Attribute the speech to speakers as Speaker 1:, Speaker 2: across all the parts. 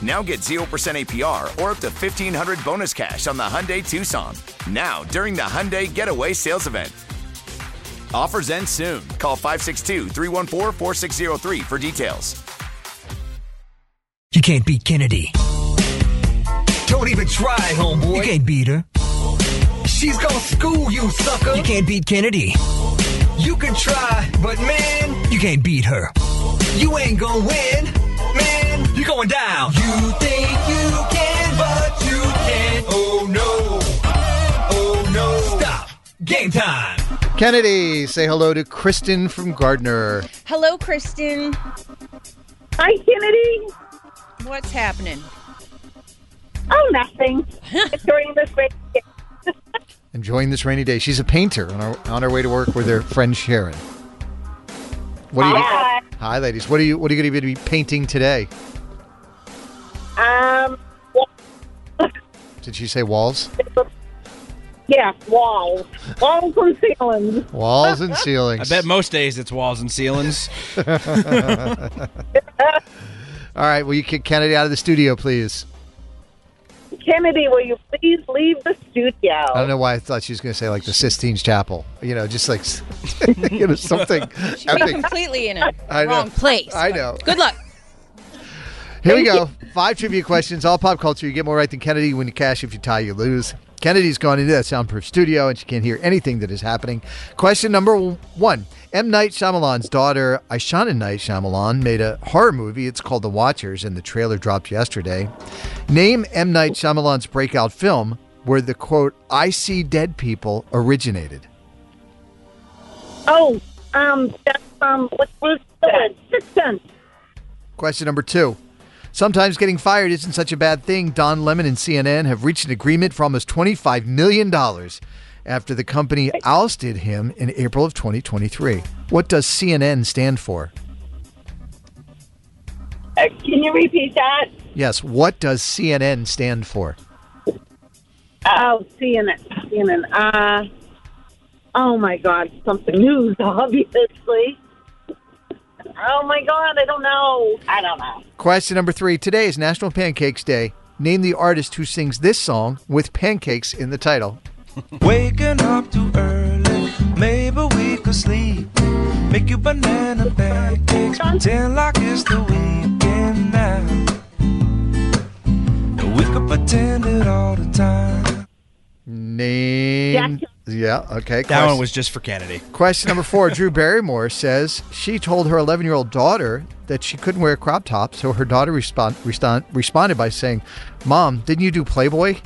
Speaker 1: Now get 0% APR or up to 1500 bonus cash on the Hyundai Tucson. Now, during the Hyundai Getaway Sales Event. Offers end soon. Call 562 314 4603 for details.
Speaker 2: You can't beat Kennedy.
Speaker 3: Don't even try, homeboy.
Speaker 2: You can't beat her.
Speaker 3: She's gonna school you, sucker.
Speaker 2: You can't beat Kennedy.
Speaker 3: You can try, but man,
Speaker 2: you can't beat her.
Speaker 3: You ain't gonna win, man.
Speaker 2: You're going down.
Speaker 3: You think you can, but you can't. Oh no. Oh no.
Speaker 2: Stop. Game time.
Speaker 4: Kennedy, say hello to Kristen from Gardner.
Speaker 5: Hello, Kristen.
Speaker 6: Hi, Kennedy.
Speaker 5: What's happening?
Speaker 6: Oh, nothing. During this break.
Speaker 4: Enjoying this rainy day. She's a painter on her, on her way to work with her friend Sharon. What are you?
Speaker 6: Hi.
Speaker 4: Hi, ladies. What are you? What are you going to be painting today?
Speaker 6: Um, well,
Speaker 4: Did she say walls?
Speaker 6: yeah, walls. Walls and ceilings.
Speaker 4: Walls and
Speaker 7: I
Speaker 4: ceilings.
Speaker 7: bet most days it's walls and ceilings.
Speaker 4: All right. Will you kick Kennedy out of the studio, please?
Speaker 6: Kennedy, will you please leave the studio?
Speaker 4: I don't know why I thought she was going to say like the Sistine Chapel. You know, just like you know something
Speaker 5: She was
Speaker 4: epic.
Speaker 5: completely in a
Speaker 4: I know.
Speaker 5: wrong place.
Speaker 4: I know.
Speaker 5: Good luck.
Speaker 4: Here we go. Five trivia questions, all pop culture. You get more right than Kennedy. You win the cash. If you tie, you lose. Kennedy's gone into that soundproof studio and she can't hear anything that is happening. Question number one M. Night Shyamalan's daughter, Aishana Night Shyamalan, made a horror movie. It's called The Watchers, and the trailer dropped yesterday. Name M. Night Shyamalan's breakout film where the quote, I see dead people originated.
Speaker 6: Oh, um, that's, um, what was that? Kristen.
Speaker 4: Question number two. Sometimes getting fired isn't such a bad thing. Don Lemon and CNN have reached an agreement for almost $25 million after the company ousted him in April of 2023. What does CNN stand for?
Speaker 6: Uh, can you repeat that?
Speaker 4: Yes, what does CNN stand for?
Speaker 6: Oh, CNN. CNN. Uh, oh my God, something news, obviously. Oh my God, I don't know. I don't know.
Speaker 4: Question number three. Today is National Pancakes Day. Name the artist who sings this song with pancakes in the title.
Speaker 3: Waking up too early. Maybe we could sleep. Make you banana pancakes. Pretend like it's the weekend now. And we could pretend it all the time.
Speaker 4: Name. Yeah, okay.
Speaker 7: That
Speaker 4: Question-
Speaker 7: one was just for Kennedy.
Speaker 4: Question number four Drew Barrymore says she told her 11 year old daughter that she couldn't wear a crop top, so her daughter respond, respond, responded by saying, Mom, didn't you do Playboy?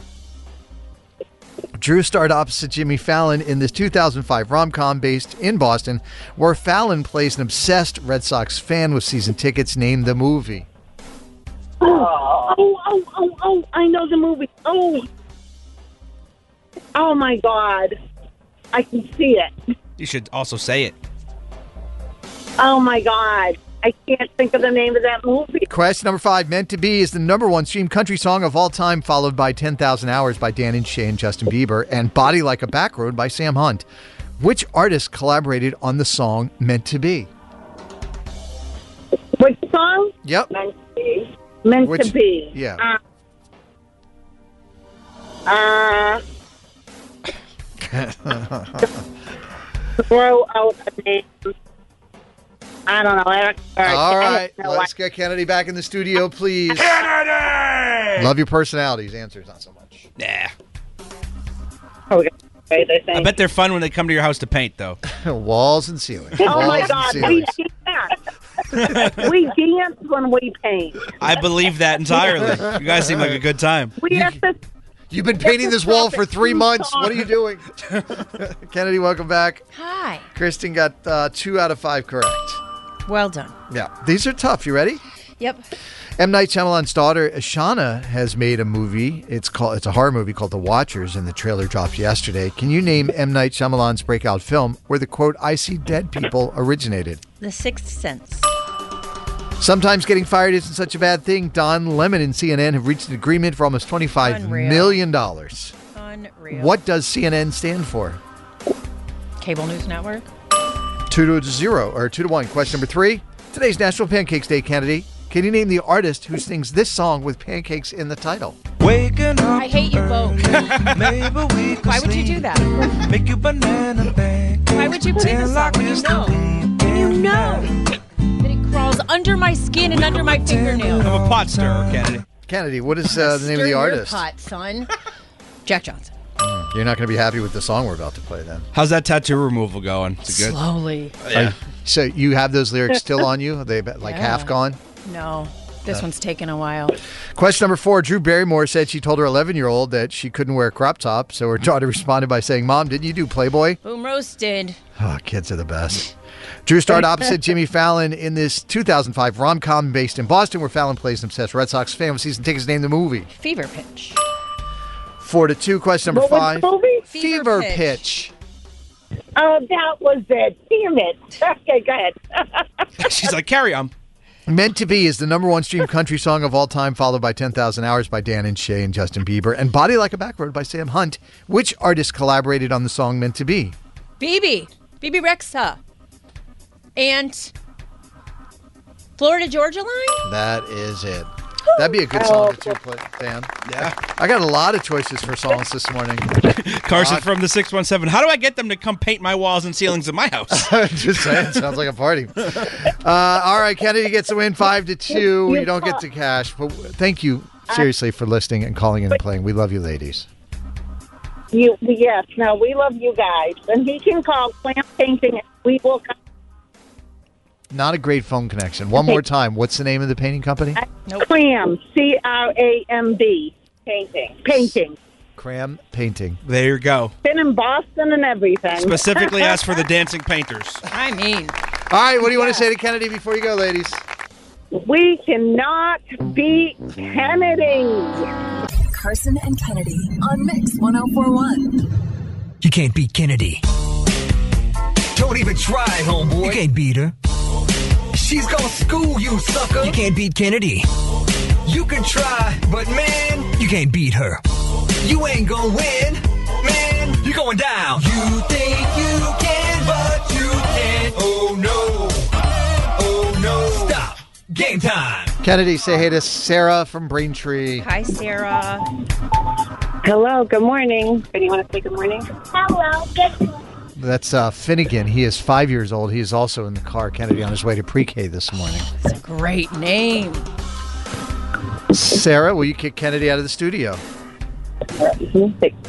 Speaker 4: Drew starred opposite Jimmy Fallon in this 2005 rom com based in Boston, where Fallon plays an obsessed Red Sox fan with season tickets named the movie.
Speaker 6: Oh, oh, oh, oh, I know the movie. Oh. Oh my God. I can see it.
Speaker 7: You should also say it.
Speaker 6: Oh my God. I can't think of the name of that movie.
Speaker 4: Question number five Meant to Be is the number one streamed country song of all time, followed by 10,000 Hours by Dan and Shay and Justin Bieber, and Body Like a Backroad by Sam Hunt. Which artist collaborated on the song Meant to Be?
Speaker 6: Which song?
Speaker 4: Yep.
Speaker 6: Nancy. Meant
Speaker 4: Which-
Speaker 6: to be.
Speaker 4: yeah.
Speaker 6: Uh, uh, throw out a name. I don't know. I don't, I
Speaker 4: All
Speaker 6: don't
Speaker 4: right,
Speaker 6: know.
Speaker 4: let's get Kennedy back in the studio, please. Love your personalities. Answers not so much.
Speaker 7: Nah.
Speaker 6: Wait, they
Speaker 7: I
Speaker 6: think.
Speaker 7: bet they're fun when they come to your house to paint, though.
Speaker 4: Walls and ceilings.
Speaker 6: Oh my
Speaker 4: Walls
Speaker 6: God!
Speaker 4: And
Speaker 6: We
Speaker 4: ceilings.
Speaker 6: dance. we dance when we paint.
Speaker 7: I believe that entirely. You guys seem like a good time.
Speaker 6: We have to
Speaker 4: You've been painting this wall for three months. What are you doing? Kennedy, welcome back.
Speaker 5: Hi.
Speaker 4: Kristen got uh, two out of five correct.
Speaker 5: Well done.
Speaker 4: Yeah, these are tough. You ready?
Speaker 5: Yep.
Speaker 4: M. Night Shyamalan's daughter Ashana has made a movie. It's called it's a horror movie called The Watchers, and the trailer dropped yesterday. Can you name M. Night Shyamalan's breakout film where the quote "I see dead people" originated?
Speaker 5: The Sixth Sense.
Speaker 4: Sometimes getting fired isn't such a bad thing. Don Lemon and CNN have reached an agreement for almost twenty-five
Speaker 5: Unreal.
Speaker 4: million dollars.
Speaker 5: Unreal.
Speaker 4: What does CNN stand for?
Speaker 5: Cable News Network.
Speaker 4: Two to zero or two to one. Question number three. Today's National Pancakes Day, Kennedy. Can you name the artist who sings this song with pancakes in the title?
Speaker 3: Waking up
Speaker 8: I hate you both.
Speaker 3: Maybe we could
Speaker 8: Why would you do
Speaker 3: sleep.
Speaker 8: that?
Speaker 3: Make you banana pancakes.
Speaker 8: Why would you play this song when you know? When you know that it crawls under my skin and under my fingernail.
Speaker 7: I'm a pot stirrer, Kennedy.
Speaker 4: Kennedy, what is uh, the name
Speaker 8: Stir
Speaker 4: of the
Speaker 8: your
Speaker 4: artist?
Speaker 8: pot, son. Jack Johnson.
Speaker 4: You're not going to be happy with the song we're about to play then.
Speaker 7: How's that tattoo removal going? Is it good?
Speaker 8: Slowly.
Speaker 7: Yeah.
Speaker 4: So you have those lyrics still on you? Are they about, like
Speaker 8: Yeah.
Speaker 4: half gone?
Speaker 8: No, this one's taken a while.
Speaker 4: Question number four. Drew Barrymore said she told her 11 year old that she couldn't wear a crop top. So her daughter responded by saying, Mom, didn't you do Playboy?
Speaker 8: Boom roasted.
Speaker 4: Oh, kids are the best. Drew starred opposite Jimmy Fallon in this 2005 rom com based in Boston where Fallon plays an obsessed Red Sox fan with season tickets named the movie.
Speaker 8: Fever pitch.
Speaker 4: Four to two. Question number
Speaker 6: What was
Speaker 4: five.
Speaker 6: the movie?
Speaker 8: Fever
Speaker 4: Fever pitch.
Speaker 8: pitch.
Speaker 6: Oh, that was it. Damn it. Okay, go ahead.
Speaker 7: She's like, carry on.
Speaker 4: Meant to Be is the number one streamed country song of all time, followed by 10,000 Hours by Dan and Shay and Justin Bieber, and Body Like a Backroad by Sam Hunt. Which artist collaborated on the song Meant to Be?
Speaker 8: BB. BB Rexa. And Florida Georgia line?
Speaker 4: That is it. That'd be a good song to play, Sam.
Speaker 7: Yeah.
Speaker 4: I got a lot of choices for songs this morning.
Speaker 7: Carson from the 617. How do I get them to come paint my walls and ceilings in my house?
Speaker 4: Just saying, sounds like a party. Uh, all right, Kennedy gets the win five to two. You don't get to cash, but thank you seriously for listening and calling in and playing. We love you, ladies.
Speaker 6: you, yes, no, we love you guys. And he can call Clam Painting. and We will come.
Speaker 4: Not a great phone connection. One more time. What's the name of the painting company?
Speaker 6: Clam, C R A M B. Painting. Painting.
Speaker 4: Cram Painting.
Speaker 7: There you go.
Speaker 6: Been in Boston and everything.
Speaker 7: Specifically asked for the dancing painters.
Speaker 8: I mean,
Speaker 4: All right, what do you want to say to Kennedy before you go, ladies?
Speaker 6: We cannot beat Kennedy.
Speaker 9: Carson and Kennedy on Mix 1041.
Speaker 2: You can't beat Kennedy. Don't even try, homeboy. You can't beat her. She's gonna school you, sucker. You can't beat Kennedy. You can try, but man, you can't beat her. You ain't gonna win, man. You're going down. You think you can, but you can't. Oh no. Oh no. Stop. Game time.
Speaker 4: Kennedy, say hey to Sarah from Braintree.
Speaker 5: Hi, Sarah.
Speaker 6: Hello, good morning. Anyone to say good morning? Hello, good morning.
Speaker 4: That's uh, Finnegan. He is five years old. He is also in the car, Kennedy, on his way to pre K this morning.
Speaker 8: it's a great name.
Speaker 4: Sarah, will you kick Kennedy out of the studio?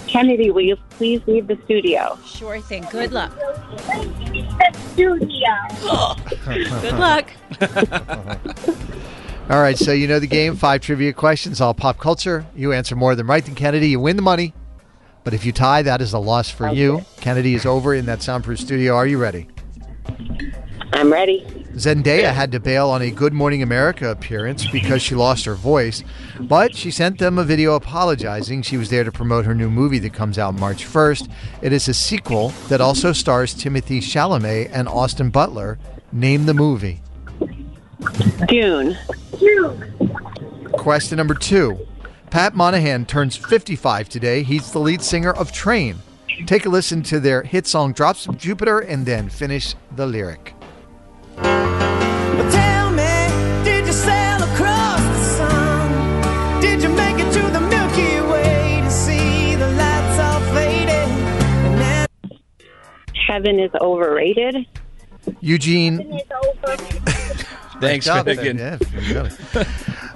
Speaker 6: Kennedy, will you please leave the studio?
Speaker 8: Sure thing. Good luck.
Speaker 6: Studio.
Speaker 8: Good luck.
Speaker 4: All right, so you know the game five trivia questions, all pop culture. You answer more than right than Kennedy, you win the money. But if you tie, that is a loss for you. Kennedy is over in that soundproof studio. Are you ready?
Speaker 6: I'm ready.
Speaker 4: Zendaya had to bail on a Good Morning America appearance because she lost her voice, but she sent them a video apologizing. She was there to promote her new movie that comes out March 1st. It is a sequel that also stars Timothy Chalamet and Austin Butler. Name the movie.
Speaker 6: Dune.
Speaker 4: Question number two Pat Monahan turns 55 today. He's the lead singer of Train. Take a listen to their hit song Drops of Jupiter and then finish the lyric.
Speaker 2: Tell me, did you sail across the sun?
Speaker 6: Kevin is overrated.
Speaker 4: Eugene.
Speaker 7: Thanks
Speaker 4: Nice
Speaker 7: for
Speaker 4: job,
Speaker 7: thinking.
Speaker 4: Ben. Yeah, you got it.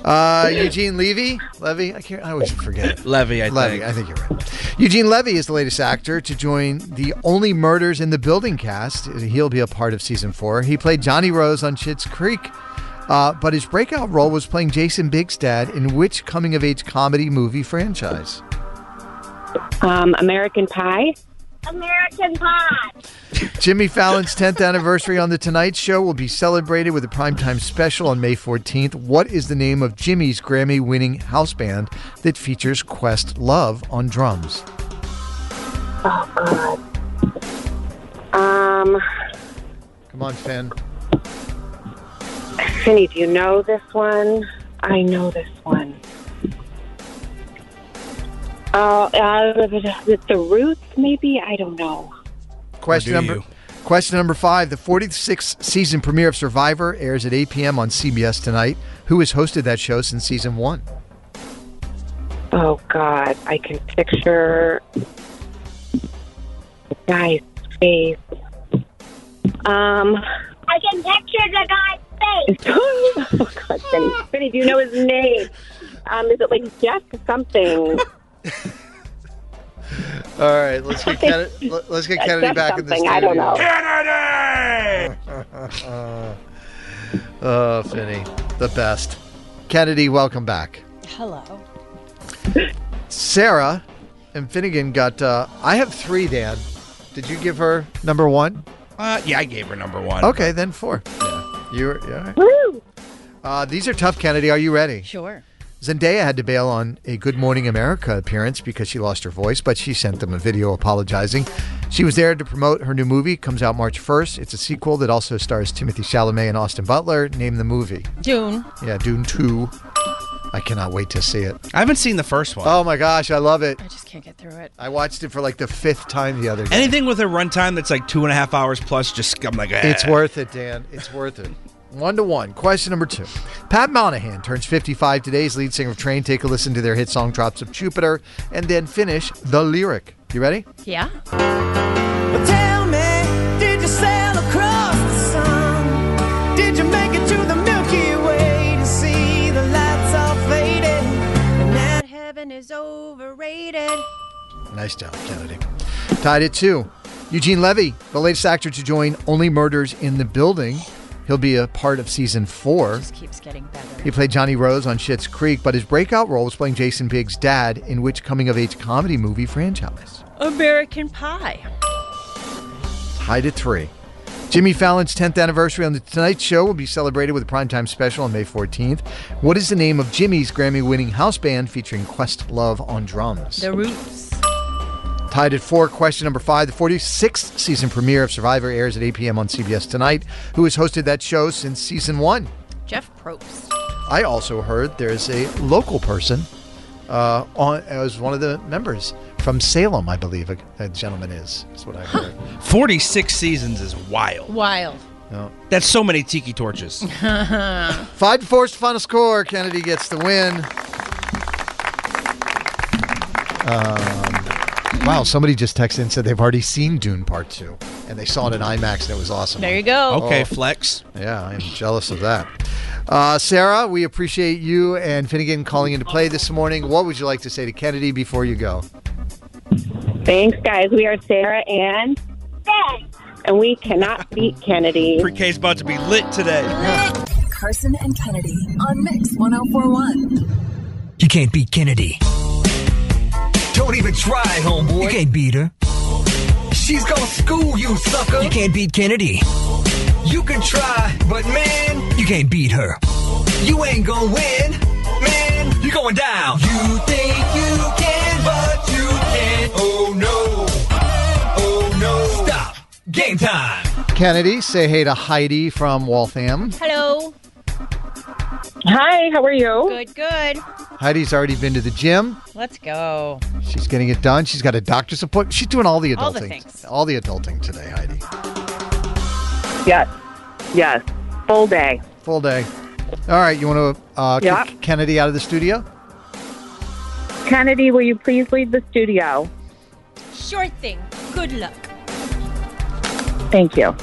Speaker 4: uh, Eugene Levy, Levy. I can't. I always forget.
Speaker 7: Levy, I
Speaker 4: Levy,
Speaker 7: think.
Speaker 4: I think you're right. Eugene Levy is the latest actor to join the Only Murders in the Building cast. He'll be a part of season four. He played Johnny Rose on Schitt's Creek, uh, but his breakout role was playing Jason Bigstad in which coming-of-age comedy movie franchise?
Speaker 6: Um, American Pie.
Speaker 10: American Pie.
Speaker 4: Jimmy Fallon's 10th anniversary on The Tonight Show will be celebrated with a primetime special on May 14th. What is the name of Jimmy's Grammy winning house band that features Quest Love on drums?
Speaker 6: Oh, Um,
Speaker 4: Come on, Finn.
Speaker 6: Finny, do you know this one? I know this one. Uh, uh, with the roots, maybe? I don't know.
Speaker 4: Question
Speaker 7: Or do
Speaker 4: number
Speaker 7: you?
Speaker 4: Question number five. The 46th season premiere of Survivor airs at 8 p.m. on CBS tonight. Who has hosted that show since season one?
Speaker 6: Oh, God. I can picture the guy's face. Um,
Speaker 10: I can picture the guy's face.
Speaker 6: oh, God, Finny. Finny, do you know his name? Um, is it like Jeff or something?
Speaker 4: All right, let's get Kennedy, let- let's get Kennedy
Speaker 6: Jeff
Speaker 4: back in the
Speaker 6: something,
Speaker 4: studio.
Speaker 6: I don't know.
Speaker 4: oh, Finny, the best. Kennedy, welcome back.
Speaker 8: Hello.
Speaker 4: Sarah and Finnegan got. Uh, I have three, Dan. Did you give her number one?
Speaker 7: Uh, yeah, I gave her number one.
Speaker 4: Okay, then four. Yeah. You were, yeah, all right.
Speaker 6: Woo!
Speaker 4: Uh, these are tough, Kennedy. Are you ready?
Speaker 8: Sure.
Speaker 4: Zendaya had to bail on a Good Morning America appearance because she lost her voice, but she sent them a video apologizing. She was there to promote her new movie. Comes out March 1st. It's a sequel that also stars Timothy Chalamet and Austin Butler. Name the movie.
Speaker 8: June.
Speaker 4: Yeah, Dune 2. I cannot wait to see it.
Speaker 7: I haven't seen the first one.
Speaker 4: Oh my gosh, I love it.
Speaker 8: I just can't get through it.
Speaker 4: I watched it for like the fifth time the other day.
Speaker 7: Anything with a runtime that's like two and a half hours plus, just I'm like, eh.
Speaker 4: It's worth it, Dan. It's worth it. One to one. Question number two. Pat Monahan turns 55 today's lead singer of Train. Take a listen to their hit song Drops of Jupiter and then finish the lyric. You ready?
Speaker 8: Yeah.
Speaker 3: Tell me, did you sail across the sun? Did you make it to the Milky Way to see the lights all faded?
Speaker 8: That heaven is overrated.
Speaker 4: Nice job, Kennedy. Tied at two. Eugene Levy, the latest actor to join Only Murders in the Building. He'll be a part of season four.
Speaker 8: Just keeps getting better.
Speaker 4: He played Johnny Rose on Schitt's Creek, but his breakout role was playing Jason Biggs' dad in which coming of age comedy movie franchise?
Speaker 8: American Pie.
Speaker 4: Tied at three. Jimmy Fallon's 10th anniversary on The Tonight Show will be celebrated with a primetime special on May 14th. What is the name of Jimmy's Grammy winning house band featuring Quest Love on drums?
Speaker 8: The Roots.
Speaker 4: Tied at four, question number five. The 46th season premiere of Survivor airs at 8 p.m. on CBS tonight. Who has hosted that show since season one?
Speaker 8: Jeff Probst.
Speaker 4: I also heard there's a local person uh, on as one of the members from Salem, I believe. A, a gentleman is. That's what I heard.
Speaker 7: 46 seasons is wild.
Speaker 8: Wild.
Speaker 7: That's so many tiki torches.
Speaker 4: Five to four's the final score. Kennedy gets the win. Um, Um, wow, somebody just texted and said they've already seen Dune Part 2, and they saw it in IMAX, and it was awesome.
Speaker 8: There you go.
Speaker 7: Okay, flex.
Speaker 4: Yeah, I am jealous of that. Uh, Sarah, we appreciate you and Finnegan calling into play this morning. What would you like to say to Kennedy before you go?
Speaker 6: Thanks, guys. We are Sarah and
Speaker 10: Ben.
Speaker 6: and we cannot beat Kennedy.
Speaker 7: Free K's about to be lit today.
Speaker 11: Carson and Kennedy on Mix 1041.
Speaker 2: You can't beat Kennedy. Don't even try, homeboy. You can't beat her. She's gonna school you, sucker. You can't beat Kennedy. You can try, but man, you can't beat her. You ain't gonna win, man. You're going down. You think you can, but you can't. Oh no. Oh no. Stop. Game time.
Speaker 4: Kennedy, say hey to Heidi from Waltham.
Speaker 8: Hello.
Speaker 6: Hi, how are you?
Speaker 8: Good, good.
Speaker 4: Heidi's already been to the gym.
Speaker 8: Let's go.
Speaker 4: She's getting it done. She's got a doctor's appointment. She's doing all the adulting.
Speaker 8: All the things.
Speaker 4: All the adulting today, Heidi.
Speaker 6: Yes, yes, full day.
Speaker 4: Full day. All right, you want to uh,
Speaker 6: Yeah.
Speaker 4: kick Kennedy out of the studio?
Speaker 6: Kennedy, will you please leave the studio?
Speaker 8: Sure thing. Good luck.
Speaker 6: Thank you.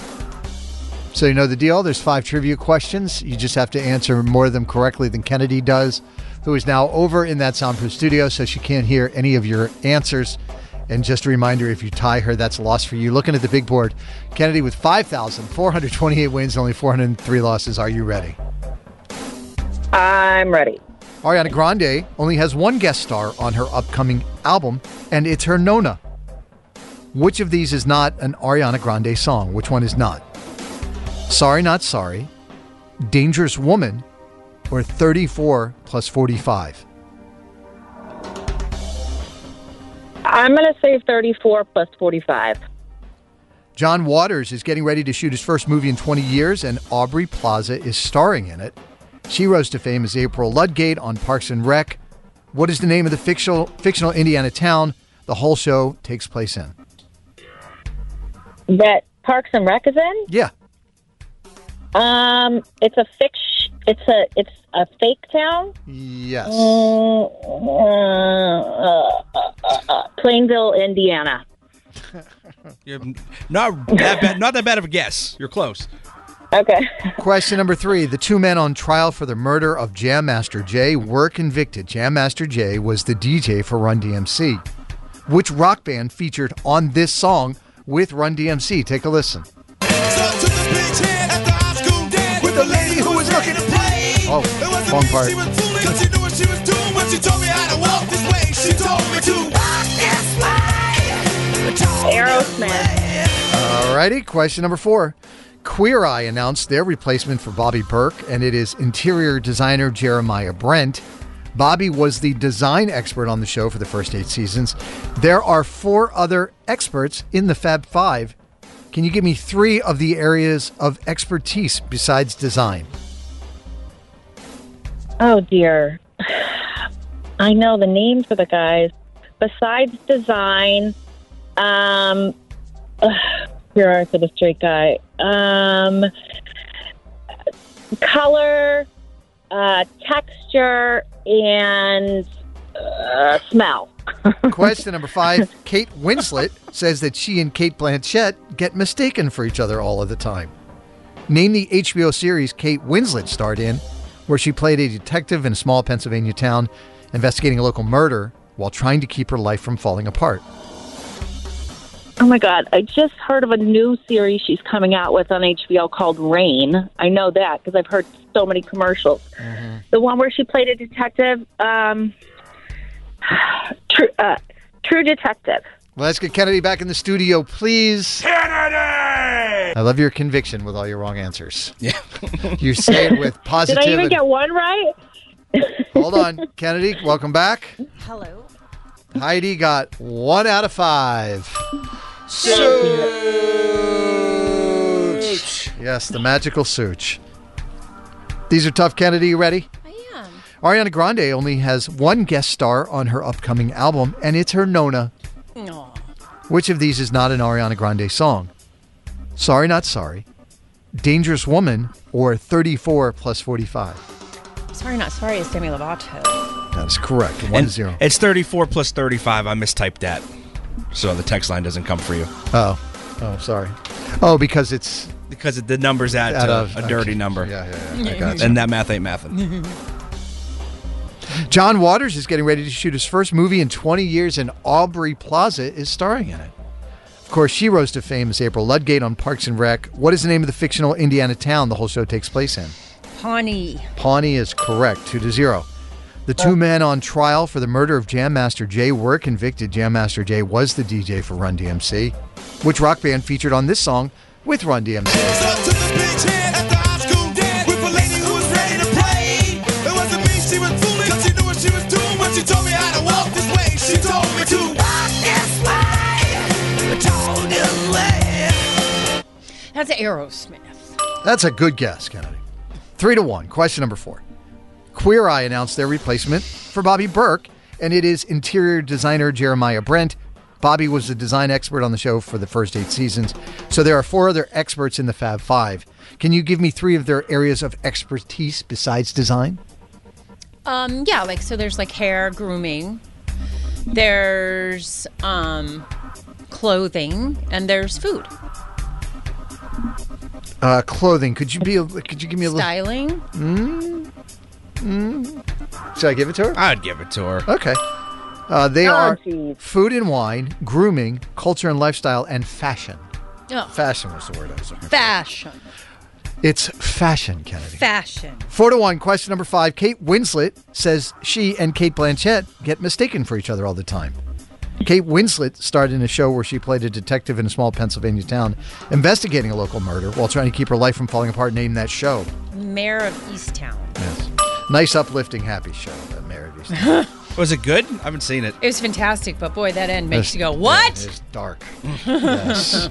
Speaker 4: So you know the deal. There's five trivia questions. You just have to answer more of them correctly than Kennedy does, who is now over in that soundproof studio, so she can't hear any of your answers. And just a reminder, if you tie her, that's a loss for you. Looking at the big board, Kennedy with 5,428 wins, only 403 losses. Are you ready?
Speaker 6: I'm ready.
Speaker 4: Ariana Grande only has one guest star on her upcoming album, and it's her Nona. Which of these is not an Ariana Grande song? Which one is not? Sorry Not Sorry, Dangerous Woman, or 34 plus 45?
Speaker 6: I'm going to say 34 plus 45.
Speaker 4: John Waters is getting ready to shoot his first movie in 20 years, and Aubrey Plaza is starring in it. She rose to fame as April Ludgate on Parks and Rec. What is the name of the fictional, fictional Indiana town the whole show takes place in?
Speaker 6: That Parks and Rec is in?
Speaker 4: Yeah.
Speaker 6: Um, it's a fict- It's a it's a fake town.
Speaker 4: Yes.
Speaker 6: Mm, uh, uh, uh, uh, Plainville, Indiana.
Speaker 7: You're not that bad, not that bad of a guess. You're close.
Speaker 6: Okay.
Speaker 4: Question number three. The two men on trial for the murder of Jam Master Jay were convicted. Jam Master Jay was the DJ for Run DMC. Which rock band featured on this song with Run DMC? Take a listen.
Speaker 3: With the lady who was looking to play.
Speaker 4: Oh, wrong part.
Speaker 3: Cause she knew what she was doing when she told me how to walk this way. She told me to walk this way.
Speaker 6: Aerosmith.
Speaker 4: Alrighty, question number four. Queer Eye announced their replacement for Bobby Burke, and it is interior designer Jeremiah Brent. Bobby was the design expert on the show for the first eight seasons. There are four other experts in the Fab Five. Can you give me three of the areas of expertise besides design?
Speaker 6: Oh dear. I know the names of the guys. Besides design, um, ugh, here are for the straight guy. Um, color, uh, texture, and uh, smell.
Speaker 4: Question number five Kate Winslet says that she and Kate Blanchett get mistaken for each other all of the time. Name the HBO series Kate Winslet starred in, where she played a detective in a small Pennsylvania town investigating a local murder while trying to keep her life from falling apart.
Speaker 6: Oh my God! I just heard of a new series she's coming out with on HBO called Rain. I know that because I've heard so many commercials. The one where she played a detective, um, true, uh, true detective.
Speaker 4: Let's get Kennedy back in the studio, please. I love your conviction with all your wrong answers. Yeah. you say it with positivity.
Speaker 6: Did I even get one right?
Speaker 4: Hold on, Kennedy. Welcome back.
Speaker 6: Hello.
Speaker 4: Heidi got one out of five. Sooch. Yes, the magical Sooch. These are tough, Kennedy. You ready?
Speaker 8: I am.
Speaker 4: Ariana Grande only has one guest star on her upcoming album, and it's her Nona.
Speaker 8: Aw.
Speaker 4: Which of these is not an Ariana Grande song? Sorry, not sorry. Dangerous Woman or 34 plus 45?
Speaker 5: Sorry, not sorry. It's Demi Lovato.
Speaker 4: That is correct. One
Speaker 7: And
Speaker 4: to zero.
Speaker 7: It's 34 plus 35. I mistyped that. So the text line doesn't come for you.
Speaker 4: Oh. Oh, sorry. Oh, because it's
Speaker 7: Because it- the numbers add
Speaker 4: Out
Speaker 7: to
Speaker 4: of-
Speaker 7: a dirty number.
Speaker 4: Yeah, yeah, yeah. I gotcha.
Speaker 7: And that math ain't mathing.
Speaker 4: John Waters is getting ready to shoot his first movie in 20 years, and Aubrey Plaza is starring in it. Of course, she rose to fame as April Ludgate on Parks and Rec. What is the name of the fictional Indiana town the whole show takes place in?
Speaker 5: Pawnee.
Speaker 4: Pawnee is correct, two to zero. The two men on trial for the murder of Jam Master Jay were convicted. Jam Master Jay was the DJ for Run DMC. Which rock band featured on this song with Run DMC?
Speaker 3: With a lady who was ready to play. It wasn't me she was fooling. Cause she knew what she was doing when she told me how to walk this way. She told me to walk this way. Told this way.
Speaker 8: That's Aerosmith.
Speaker 4: That's a good guess, Kennedy. Three to one. Question number four. Queer Eye announced their replacement for Bobby Burke, and it is interior designer Jeremiah Brent. Bobby was the design expert on the show for the first eight seasons, so there are four other experts in the Fab Five. Can you give me three of their areas of expertise besides design?
Speaker 8: Um, yeah, like so there's like hair grooming, there's um clothing, and there's food.
Speaker 4: Uh, clothing. Could you be? A, could you give me a little?
Speaker 8: Styling?
Speaker 4: Mm, mm. Should I give it to her?
Speaker 7: I'd give it to her.
Speaker 4: Okay. Uh, they
Speaker 8: Oh,
Speaker 4: are
Speaker 8: geez.
Speaker 4: food and wine, grooming, culture and lifestyle, and fashion.
Speaker 8: Oh.
Speaker 4: Fashion was the word I was looking for.
Speaker 8: Fashion.
Speaker 4: It's fashion, Kennedy.
Speaker 8: Fashion.
Speaker 4: Four to one. Question number five. Kate Winslet says she and Kate Blanchett get mistaken for each other all the time. Kate Winslet starred in a show where she played a detective in a small Pennsylvania town investigating a local murder while trying to keep her life from falling apart. Name that show.
Speaker 8: Mayor of Easttown.
Speaker 4: Yes. Nice, uplifting, happy show. That Mary of Easttown.
Speaker 7: Was it good? I haven't seen it.
Speaker 8: It was fantastic, but boy, that end makes
Speaker 4: That's-
Speaker 8: you go,
Speaker 4: yeah,
Speaker 8: what?
Speaker 4: It's dark. Yes.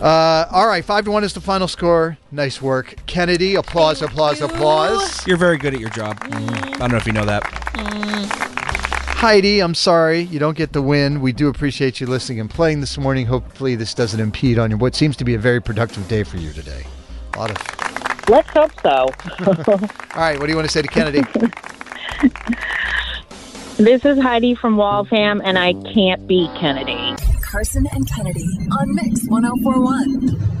Speaker 4: Uh, all right, five to one is the final score. Nice work, Kennedy. Applause, applause, applause.
Speaker 7: You're very good at your job. I don't know if you know that.
Speaker 4: Heidi, I'm sorry you don't get the win. We do appreciate you listening and playing this morning. Hopefully, this doesn't impede on your what seems to be a very productive day for you today. A lot of.
Speaker 6: Let's hope so.
Speaker 4: All right, what do you want to say to Kennedy?
Speaker 6: This is Heidi from Waltham, and I can't beat Kennedy.
Speaker 11: Carson and Kennedy on Mix 1041.